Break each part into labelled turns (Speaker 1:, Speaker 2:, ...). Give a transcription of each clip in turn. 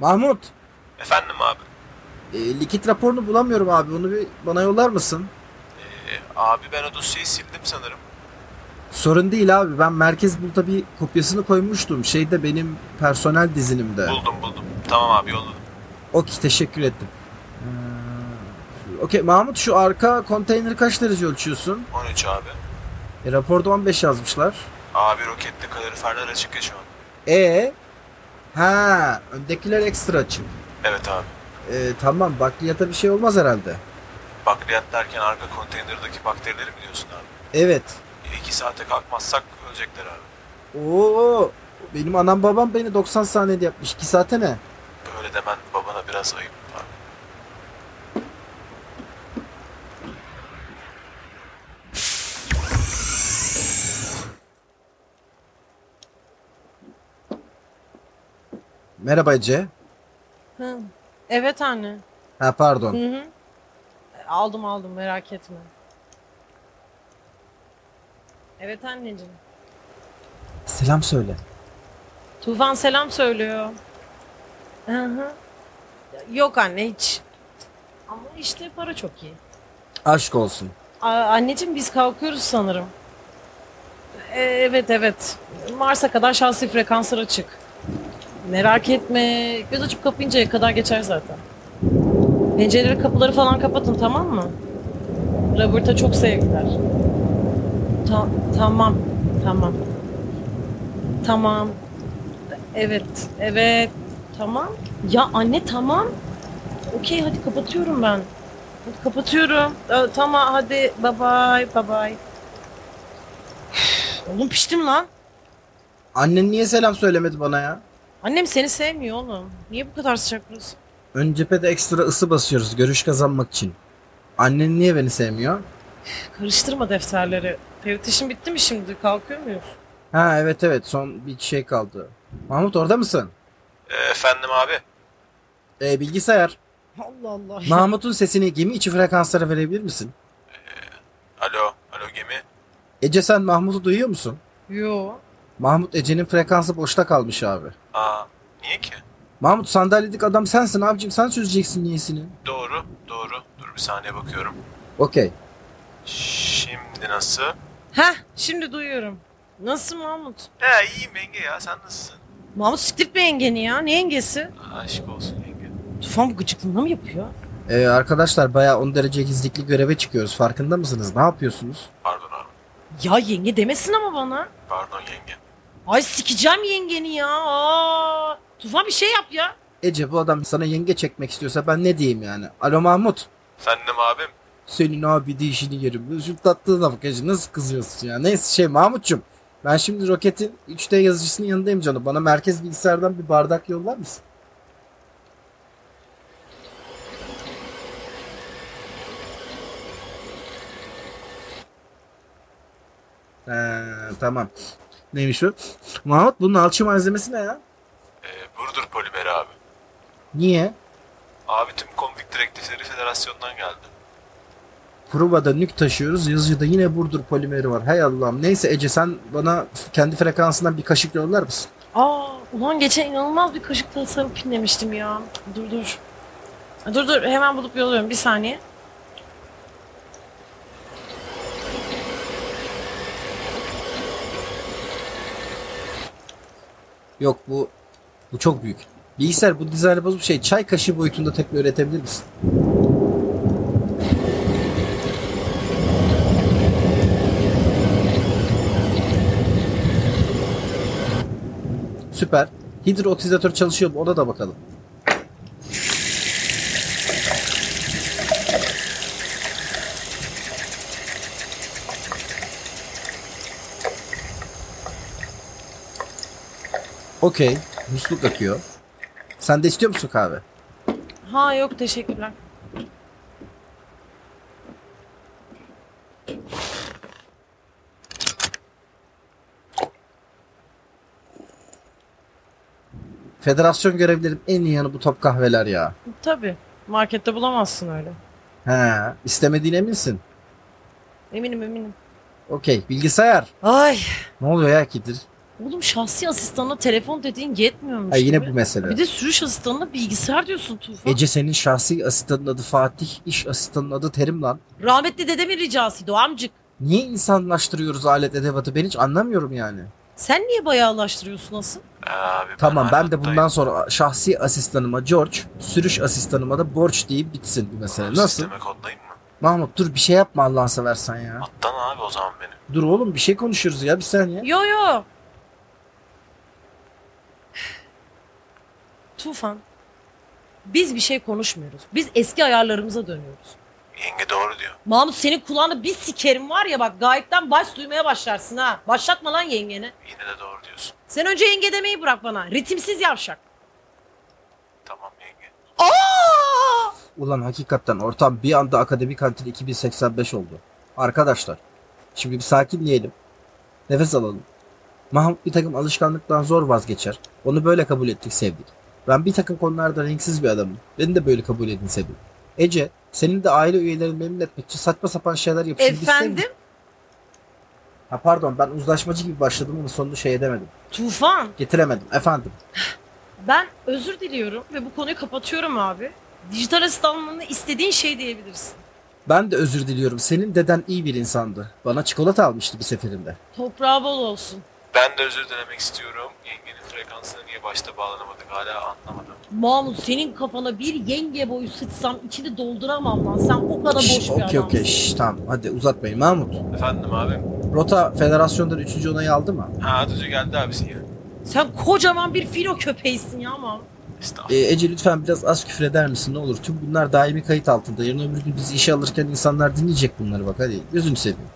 Speaker 1: Mahmut,
Speaker 2: Efendim abi.
Speaker 1: e, likit raporunu bulamıyorum abi. Onu bir bana yollar mısın?
Speaker 2: Ee, abi ben o dosyayı sildim sanırım.
Speaker 1: Sorun değil abi. Ben merkez buluta bir kopyasını koymuştum. Şeyde benim personel dizinimde.
Speaker 2: Buldum buldum. Tamam abi yolladım.
Speaker 1: Okey, teşekkür ettim. Ee, Okey, Mahmut şu arka konteyner kaç derece ölçüyorsun?
Speaker 2: 13 abi.
Speaker 1: E, raporda 15 yazmışlar.
Speaker 2: Abi roketli kaloriferler açık ya şu an.
Speaker 1: E Ha, öndekiler ekstra açık.
Speaker 2: Evet abi.
Speaker 1: E, tamam, bakliyata bir şey olmaz herhalde.
Speaker 2: Bakliyat derken arka konteynerdaki bakterileri biliyorsun abi.
Speaker 1: Evet.
Speaker 2: 2 saate kalkmazsak ölecekler abi.
Speaker 1: Oo, benim anam babam beni 90 saniyede yapmış. 2 saate ne?
Speaker 2: Böyle demen babana biraz ayıp abi.
Speaker 1: Merhaba Ece.
Speaker 3: Hı. Evet anne.
Speaker 1: Ha pardon.
Speaker 3: Hı hı. Aldım aldım merak etme. Evet anneciğim.
Speaker 1: Selam söyle.
Speaker 3: Tufan selam söylüyor. Hı hı. Yok anne hiç. Ama işte para çok iyi.
Speaker 1: Aşk olsun.
Speaker 3: A- anneciğim biz kalkıyoruz sanırım. E, evet evet. Mars'a kadar şahsi frekanslar açık. Merak etme. Göz açıp kapayıncaya kadar geçer zaten. Pencereleri kapıları falan kapatın tamam mı? Robert'a çok sevgiler. Ta- tamam. Tamam. Tamam. Evet. Evet. Tamam. Ya anne tamam. Okey hadi kapatıyorum ben. Hadi Kapatıyorum. Ee, Tamam hadi bye bye bye bye. Üf, Oğlum piştim lan.
Speaker 1: Annen niye selam söylemedi bana ya?
Speaker 3: Annem seni sevmiyor oğlum. Niye bu kadar sıcak burası?
Speaker 1: Ön cephede ekstra ısı basıyoruz görüş kazanmak için. Annen niye beni sevmiyor?
Speaker 3: Karıştırma defterleri. Pevtişin bitti mi şimdi? Kalkıyor muyuz?
Speaker 1: Ha evet evet son bir şey kaldı. Mahmut orada mısın?
Speaker 2: Ee, efendim abi.
Speaker 1: E, bilgisayar.
Speaker 3: Allah Allah.
Speaker 1: Mahmut'un sesini gemi içi frekanslara verebilir misin?
Speaker 2: Alo. Alo gemi.
Speaker 1: Ece sen Mahmut'u duyuyor musun?
Speaker 3: Yo.
Speaker 1: Mahmut Ece'nin frekansı boşta kalmış abi.
Speaker 2: Aa niye ki?
Speaker 1: Mahmut sandalyedik adam sensin abicim sen süzeceksin niyesini.
Speaker 2: Doğru. Doğru. Dur bir saniye bakıyorum.
Speaker 1: Okey.
Speaker 2: Şimdi nasıl?
Speaker 3: Heh şimdi duyuyorum. Nasılsın Mahmut?
Speaker 2: He iyiyim yenge ya sen nasılsın?
Speaker 3: Mahmut siktirtme yengeni ya. Ne yengesi?
Speaker 2: Aşk olsun yenge.
Speaker 3: Tufan bu gıcıklığına mı yapıyor?
Speaker 1: E, arkadaşlar bayağı 10 derece gizlilikli göreve çıkıyoruz farkında mısınız? Ne yapıyorsunuz?
Speaker 2: Pardon abi.
Speaker 3: Ya yenge demesin ama bana.
Speaker 2: Pardon yenge.
Speaker 3: Ay sikeceğim yengeni ya. Aa. Tufan bir şey yap ya.
Speaker 1: Ece bu adam sana yenge çekmek istiyorsa ben ne diyeyim yani? Alo Mahmut.
Speaker 2: Efendim abim.
Speaker 1: Senin abi de işini yerim. Şu tatlılığına bak Ece nasıl kızıyorsun ya. Neyse şey Mahmut'cum. Ben şimdi roketin 3D yazıcısının yanındayım canım. Bana merkez bilgisayardan bir bardak yollar mısın? Ee, tamam. Neymiş o? Mahmut bunun alçı malzemesi ne ya?
Speaker 2: Ee, Burdur polimeri abi.
Speaker 1: Niye?
Speaker 2: Abi tüm konvikt direktifleri federasyondan geldi.
Speaker 1: Pruva'da nük taşıyoruz. Yazıcıda yine Burdur polimeri var. Hay Allah'ım. Neyse Ece sen bana kendi frekansından bir kaşık yollar mısın?
Speaker 3: Aa, ulan geçen inanılmaz bir kaşık tasarım pinlemiştim ya. Dur dur. Dur dur hemen bulup yolluyorum bir saniye.
Speaker 1: Yok bu bu çok büyük. Bilgisayar bu dizaynı bozup şey çay kaşığı boyutunda tekne üretebilir misin? Süper. Hidrootizatör çalışıyor mu? Ona da bakalım. Okey. Musluk akıyor. Sen de istiyor musun kahve?
Speaker 3: Ha yok teşekkürler.
Speaker 1: Federasyon görevlerin en iyi yanı bu top kahveler ya.
Speaker 3: Tabii markette bulamazsın öyle.
Speaker 1: He, istemediğine eminsin.
Speaker 3: Eminim eminim.
Speaker 1: Okey, bilgisayar.
Speaker 3: Ay
Speaker 1: Ne oluyor ya Kidir?
Speaker 3: Oğlum şahsi asistanla telefon dediğin yetmiyormuş.
Speaker 1: Ha, yine
Speaker 3: gibi.
Speaker 1: bu mesele.
Speaker 3: Bir de sürüş asistanına bilgisayar diyorsun Tufan.
Speaker 1: Ece senin şahsi asistanın adı Fatih, iş asistanın adı Terim lan.
Speaker 3: Rahmetli dedemin ricasıydı o amcık.
Speaker 1: Niye insanlaştırıyoruz alet edevatı ben hiç anlamıyorum yani.
Speaker 3: Sen niye bayağılaştırıyorsun asıl?
Speaker 2: Ee, Abi
Speaker 1: Tamam ben de
Speaker 2: hayattayım.
Speaker 1: bundan sonra şahsi asistanıma George, sürüş asistanıma da Borç deyip bitsin bu mesele.
Speaker 2: Oğlum,
Speaker 1: Nasıl?
Speaker 2: Sisteme kodlayayım mı?
Speaker 1: Mahmut dur bir şey yapma Allah'ını seversen ya.
Speaker 2: Attan abi o zaman beni.
Speaker 1: Dur oğlum bir şey konuşuruz ya bir saniye.
Speaker 3: Yo yo. Tufan. Biz bir şey konuşmuyoruz. Biz eski ayarlarımıza dönüyoruz.
Speaker 2: Yenge doğru diyor.
Speaker 3: Mahmut senin kulağını bir sikerim var ya bak gayipten baş duymaya başlarsın ha. Başlatma lan yengeni.
Speaker 2: Yine de doğru diyorsun.
Speaker 3: Sen önce yenge demeyi bırak bana. Ritimsiz yavşak.
Speaker 2: Tamam yenge.
Speaker 3: Aa!
Speaker 1: Ulan hakikaten ortam bir anda akademik kantin 2085 oldu. Arkadaşlar şimdi bir sakinleyelim. Nefes alalım. Mahmut bir takım alışkanlıktan zor vazgeçer. Onu böyle kabul ettik sevdik. Ben bir takım konularda renksiz bir adamım. Beni de böyle kabul edin sevdim. Ece senin de aile üyelerini memnun etmek için saçma sapan şeyler yapışın. biz sevdik.
Speaker 3: Efendim?
Speaker 1: Ha pardon ben uzlaşmacı gibi başladım ama sonunu şey edemedim.
Speaker 3: Tufan.
Speaker 1: Getiremedim efendim.
Speaker 3: Ben özür diliyorum ve bu konuyu kapatıyorum abi. Dijital asistanlığını istediğin şey diyebilirsin.
Speaker 1: Ben de özür diliyorum. Senin deden iyi bir insandı. Bana çikolata almıştı bir seferinde.
Speaker 3: Toprağı bol olsun.
Speaker 2: Ben de özür dilemek istiyorum. Yengenin frekansına niye başta bağlanamadık hala anlamadım.
Speaker 3: Mahmut senin kafana bir yenge boyu sıçsam içini dolduramam lan. Sen o kadar boş
Speaker 1: Şş,
Speaker 3: bir
Speaker 1: okey
Speaker 3: adamsın.
Speaker 1: okey şş, tamam hadi uzatmayın Mahmut.
Speaker 2: Efendim abi.
Speaker 1: Rota federasyondan 3. onayı aldı mı?
Speaker 2: Ha Atıcı geldi abisi yine.
Speaker 3: Sen kocaman bir filo köpeğisin ya Mahmut.
Speaker 1: Ee,
Speaker 3: Ah.
Speaker 2: Estağfurullah.
Speaker 1: Ece lütfen biraz az küfür eder misin ne olur? Tüm bunlar daimi kayıt altında. Yarın öbür gün bizi işe alırken insanlar dinleyecek bunları bak hadi. Gözünü seveyim.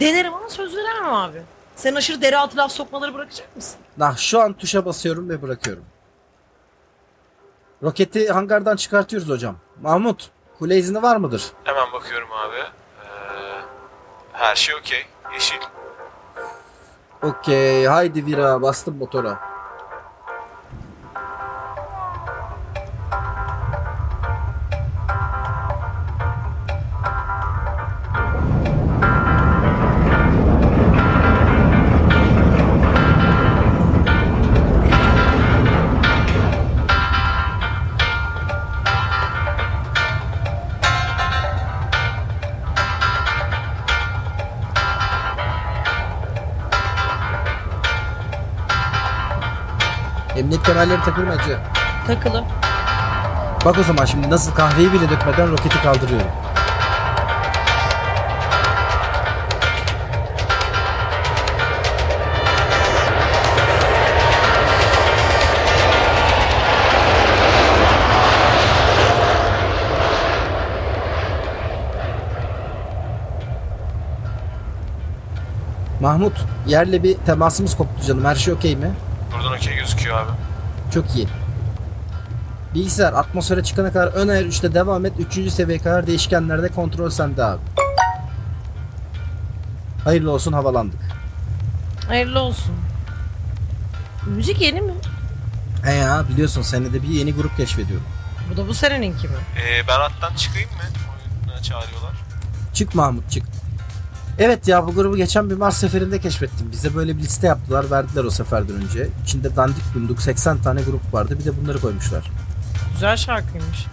Speaker 3: Denerim ama söz veremem abi. Sen aşırı deri altı laf sokmaları bırakacak mısın?
Speaker 1: Nah şu an tuşa basıyorum ve bırakıyorum. Roketi hangardan çıkartıyoruz hocam. Mahmut kule izni var mıdır?
Speaker 2: Hemen bakıyorum abi. Ee, her şey okey. Yeşil.
Speaker 1: Okey haydi vira bastım motora. Emniyet kemerleri takılmacı.
Speaker 3: Takılı.
Speaker 1: Bak o zaman şimdi nasıl kahveyi bile dökmeden roketi kaldırıyorum. Mahmut, yerle bir temasımız koptu canım. Her şey okey mi?
Speaker 2: Buradan okey gözüküyor abi.
Speaker 1: Çok iyi. Bilgisayar atmosfere çıkana kadar ön ayar 3'te devam et. 3. seviyeye kadar değişkenlerde kontrol sende abi. Hayırlı olsun havalandık.
Speaker 3: Hayırlı olsun. Müzik yeni mi?
Speaker 1: He E ya biliyorsun senede bir yeni grup keşfediyorum.
Speaker 3: Bu da bu seneninki mi?
Speaker 2: Ee, ben attan çıkayım mı? Oyuna çağırıyorlar.
Speaker 1: Çık Mahmut çık. Evet ya bu grubu geçen bir Mars seferinde keşfettim. Bize böyle bir liste yaptılar verdiler o seferden önce. İçinde dandik bunduk 80 tane grup vardı bir de bunları koymuşlar.
Speaker 3: Güzel şarkıymış.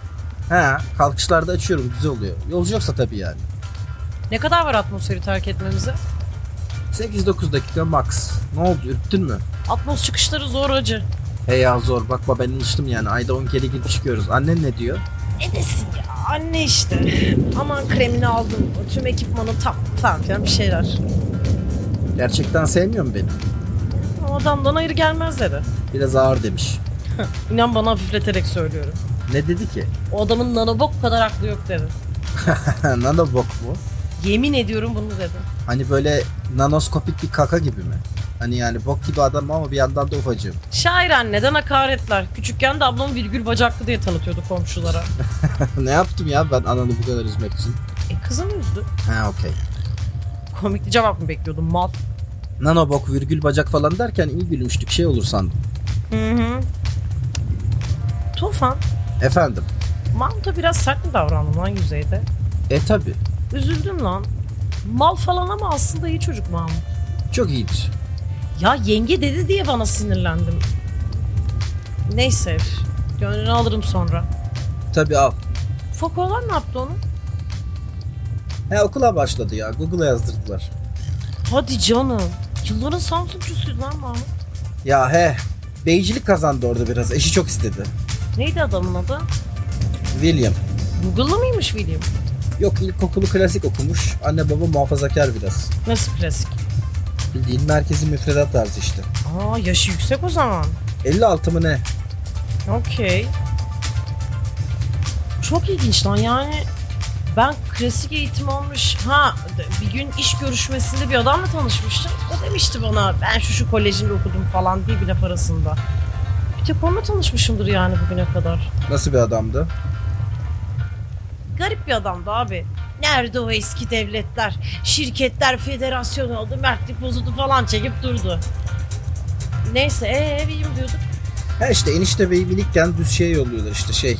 Speaker 1: He kalkışlarda açıyorum güzel oluyor. Yolcu yoksa tabii yani.
Speaker 3: Ne kadar var atmosferi terk etmemize?
Speaker 1: 8-9 dakika max. Ne oldu ürktün mü?
Speaker 3: Atmos çıkışları zor acı.
Speaker 1: Hey ya zor bakma ben alıştım yani ayda 10 kere gidip çıkıyoruz. Annen ne diyor?
Speaker 3: Ne E desin ya? Anne işte. Aman kremini aldım. Tüm ekipmanı tam falan filan bir şeyler.
Speaker 1: Gerçekten sevmiyor mu beni?
Speaker 3: O adamdan hayır gelmez dedi.
Speaker 1: Biraz ağır demiş.
Speaker 3: İnan bana hafifleterek söylüyorum.
Speaker 1: Ne dedi ki?
Speaker 3: O adamın nanobok kadar aklı yok dedi.
Speaker 1: Nano bok mu?
Speaker 3: Yemin ediyorum bunu dedi.
Speaker 1: Hani böyle nanoskopik bir kaka gibi mi? Hani yani bok gibi adam ama bir yandan da ufacığım.
Speaker 3: Şair anneden hakaretler. Küçükken de ablam virgül bacaklı diye tanıtıyordu komşulara.
Speaker 1: ne yaptım ya ben ananı bu kadar üzmek için?
Speaker 3: E kızım üzdü.
Speaker 1: Ha okey.
Speaker 3: Komikli cevap mı bekliyordum mal?
Speaker 1: Nano bok virgül bacak falan derken iyi gülmüştük şey olur sandım.
Speaker 3: Hı hı. Tufan,
Speaker 1: Efendim?
Speaker 3: Mahmut'a biraz sert mi davrandım lan yüzeyde?
Speaker 1: E tabi.
Speaker 3: Üzüldüm lan. Mal falan ama aslında iyi çocuk Mahmut.
Speaker 1: Çok iyidir.
Speaker 3: Ya yenge dedi diye bana sinirlendim. Neyse. Gönlünü alırım sonra.
Speaker 1: Tabii al.
Speaker 3: Foko olan ne yaptı onu?
Speaker 1: He okula başladı ya. Google'a yazdırdılar.
Speaker 3: Hadi canım. Yılların Samsungçusuydu lan Mahmut.
Speaker 1: Ya he. Beycilik kazandı orada biraz. Eşi çok istedi.
Speaker 3: Neydi adamın adı?
Speaker 1: William.
Speaker 3: Google'lı mıymış William?
Speaker 1: Yok ilkokulu klasik okumuş. Anne baba muhafazakar biraz.
Speaker 3: Nasıl klasik?
Speaker 1: Bildiğin merkezi müfredat tarzı işte.
Speaker 3: Aa yaşı yüksek o zaman.
Speaker 1: 56 mı ne?
Speaker 3: Okey. Çok ilginç lan yani ben klasik eğitim almış ha de- bir gün iş görüşmesinde bir adamla tanışmıştım. O demişti bana ben şu şu kolejinde okudum falan diye bir laf arasında. Bir tek onunla tanışmışımdır yani bugüne kadar.
Speaker 1: Nasıl bir adamdı?
Speaker 3: Garip bir adamdı abi. Nerede o eski devletler, şirketler federasyonu aldı, mertlik bozuldu falan çekip durdu. Neyse ee bileyim diyorduk.
Speaker 1: He işte enişte beyi binikken düz şeye yolluyorlar işte şey.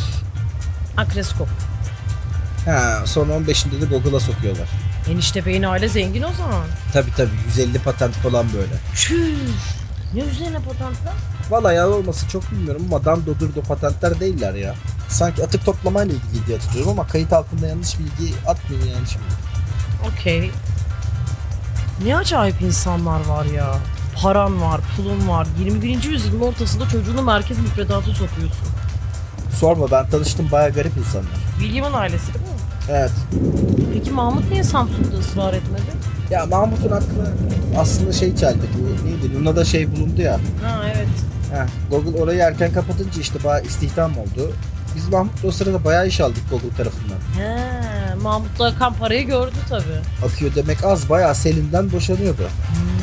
Speaker 3: Akreskop.
Speaker 1: Ha sonra 15'inde de Google'a sokuyorlar.
Speaker 3: Enişte beyin aile zengin o zaman.
Speaker 1: Tabi tabi 150 patent falan böyle.
Speaker 3: Tüh. Ne üzerine patentler?
Speaker 1: Valla ya olması çok bilmiyorum ama Dando Durdo patentler değiller ya. Sanki atık toplamayla ilgili diye hatırlıyorum ama kayıt altında yanlış bilgi atmayın yani şimdi.
Speaker 3: Okey. Ne acayip insanlar var ya. Paran var, pulun var. 21. yüzyılın ortasında çocuğunu merkez müfredata sokuyorsun.
Speaker 1: Sorma ben tanıştım baya garip insanlar.
Speaker 3: William'ın ailesi değil mi?
Speaker 1: Evet.
Speaker 3: Peki Mahmut niye Samsun'da ısrar etmedi?
Speaker 1: Ya Mahmut'un aklına aslında şey çeldi. Bu neydi? Luna'da şey bulundu ya.
Speaker 3: Ha evet.
Speaker 1: Heh, Google orayı erken kapatınca işte bayağı istihdam oldu. Biz Mahmut'la o sırada bayağı iş aldık Google tarafından.
Speaker 3: He, Mahmut da akan parayı gördü tabii.
Speaker 1: Akıyor demek az bayağı Selim'den boşanıyordu.
Speaker 3: Hmm.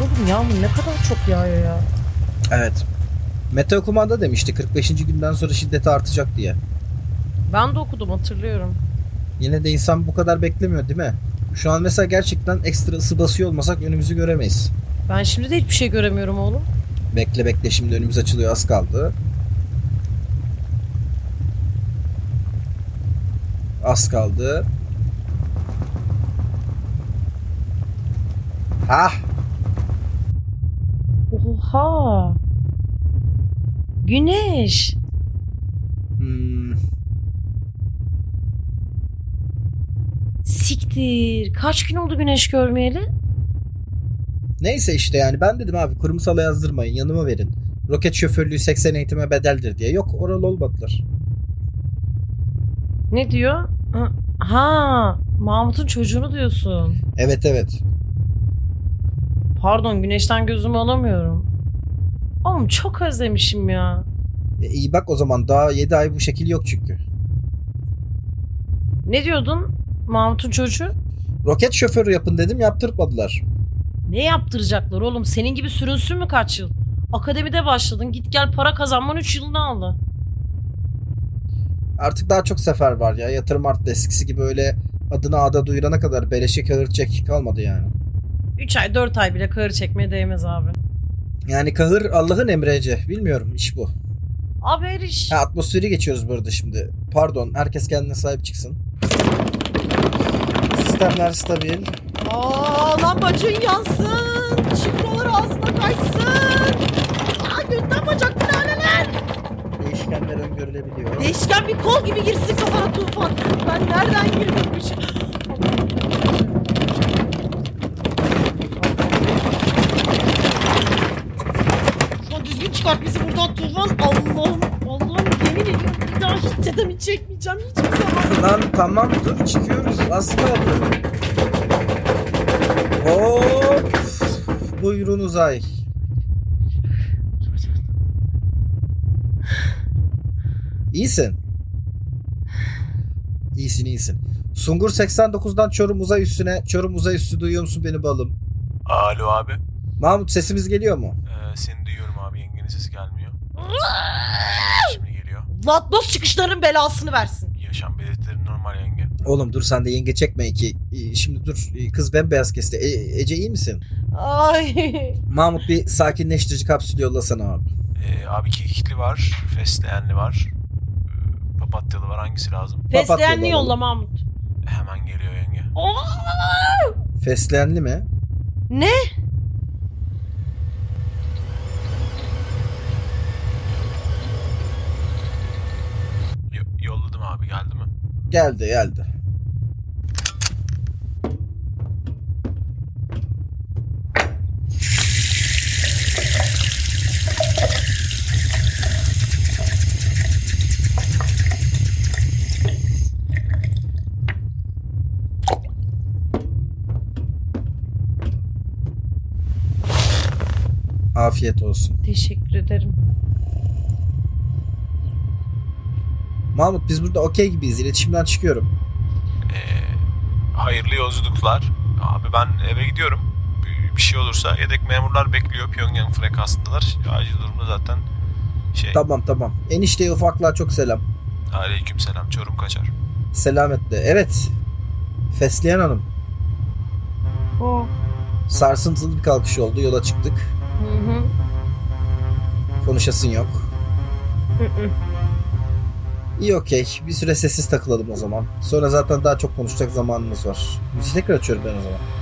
Speaker 3: Oğlum yağmur ne kadar çok yağıyor ya.
Speaker 1: Evet. Mete okumanda demişti 45. günden sonra şiddeti artacak diye.
Speaker 3: Ben de okudum hatırlıyorum.
Speaker 1: Yine de insan bu kadar beklemiyor değil mi? Şu an mesela gerçekten ekstra ısı basıyor olmasak önümüzü göremeyiz.
Speaker 3: Ben şimdi de hiçbir şey göremiyorum oğlum.
Speaker 1: Bekle bekle şimdi önümüz açılıyor az kaldı. Az kaldı. Hah
Speaker 3: Oha. Güneş.
Speaker 1: Hmm,
Speaker 3: Siktir. Kaç gün oldu güneş görmeyeli?
Speaker 1: Neyse işte yani ben dedim abi kurumsala yazdırmayın yanıma verin. Roket şoförlüğü 80 eğitime bedeldir diye. Yok oralı olmadılar.
Speaker 3: Ne diyor? Ha- Ha, Mahmut'un çocuğunu diyorsun.
Speaker 1: Evet evet.
Speaker 3: Pardon, güneşten gözümü alamıyorum. Oğlum çok özlemişim ya.
Speaker 1: E, iyi bak o zaman daha 7 ay bu şekil yok çünkü.
Speaker 3: Ne diyordun? Mahmut'un çocuğu?
Speaker 1: Roket şoförü yapın dedim yaptırmadılar.
Speaker 3: Ne yaptıracaklar oğlum? Senin gibi sürünsün mü kaç yıl? Akademide başladın. Git gel para kazanman 3 yılını aldı.
Speaker 1: Artık daha çok sefer var ya. Yatırım arttı eskisi gibi öyle adını ada duyurana kadar beleşe kahır çek kalmadı yani.
Speaker 3: 3 ay 4 ay bile kahır çekmeye değmez abi.
Speaker 1: Yani kahır Allah'ın emrece. Bilmiyorum iş bu.
Speaker 3: Abi her iş.
Speaker 1: Ha atmosferi geçiyoruz burada şimdi. Pardon herkes kendine sahip çıksın. Sistemler stabil.
Speaker 4: Aa, lambacın yansın. Şifreler ağzına kaçsın. Ya gönden bacak laleler.
Speaker 1: Değişkenler öngörülebiliyor.
Speaker 4: Değişken bir kol gibi girsin kafana tufan. Ben nereden girmemişim? Şu an düzgün çıkart bizi buradan tufan. Allah'ım. Allah'ım yemin ediyorum bir daha hiç tetemi çekmeyeceğim. Hiçbir zaman.
Speaker 1: Lan tamam dur çıkıyoruz Aslı abi. Hop. Buyurun uzay. İyisin. İyisin iyisin. Sungur 89'dan Çorum Uzay Üssü'ne. Çorum Uzay Üssü duyuyor musun beni balım?
Speaker 2: Alo abi.
Speaker 1: Mahmut sesimiz geliyor mu?
Speaker 2: Ee, seni duyuyorum abi. Yengenin sesi gelmiyor. Şimdi geliyor.
Speaker 4: Latmos çıkışlarının belasını versin.
Speaker 2: Yaşam belirtileri normal yenge.
Speaker 1: Oğlum dur sen de yenge çekme ki. Ee, Şimdi dur ee, kız bembeyaz kesti. E- Ece iyi misin?
Speaker 4: Ay.
Speaker 1: Mahmut bir sakinleştirici kapsül yollasana abi.
Speaker 2: Ee, abi kekikli var. Fesleğenli var. ee, Papatyalı var. Hangisi lazım?
Speaker 1: Papatyalı
Speaker 3: Fesleğenli
Speaker 1: alalım.
Speaker 3: yolla Mahmut.
Speaker 2: Hemen geliyor yenge.
Speaker 4: Aa!
Speaker 1: Fesleğenli mi?
Speaker 5: Ne?
Speaker 2: Yo- yolladım abi geldi mi?
Speaker 1: Geldi geldi. Afiyet olsun.
Speaker 3: Teşekkür ederim.
Speaker 1: Mahmut biz burada okey gibiyiz. İletişimden çıkıyorum.
Speaker 2: Ee, hayırlı yolculuklar. Abi ben eve gidiyorum. Bir- Bir şey olursa yedek memurlar bekliyor Pyongyang frekansındalar. Acil durumda zaten şey.
Speaker 1: Tamam tamam. Enişteye ufaklığa çok selam.
Speaker 2: Aleyküm selam. Çorum kaçar.
Speaker 1: Selametle. Evet. Fesleyen Hanım.
Speaker 3: Oh.
Speaker 1: Sarsıntılı bir kalkış oldu. Yola çıktık.
Speaker 3: Hı hı.
Speaker 1: Konuşasın yok.
Speaker 3: Hı hı.
Speaker 1: İyi okey. Bir süre sessiz takılalım o zaman. Sonra zaten daha çok konuşacak zamanımız var. Müziği tekrar açıyorum ben o zaman.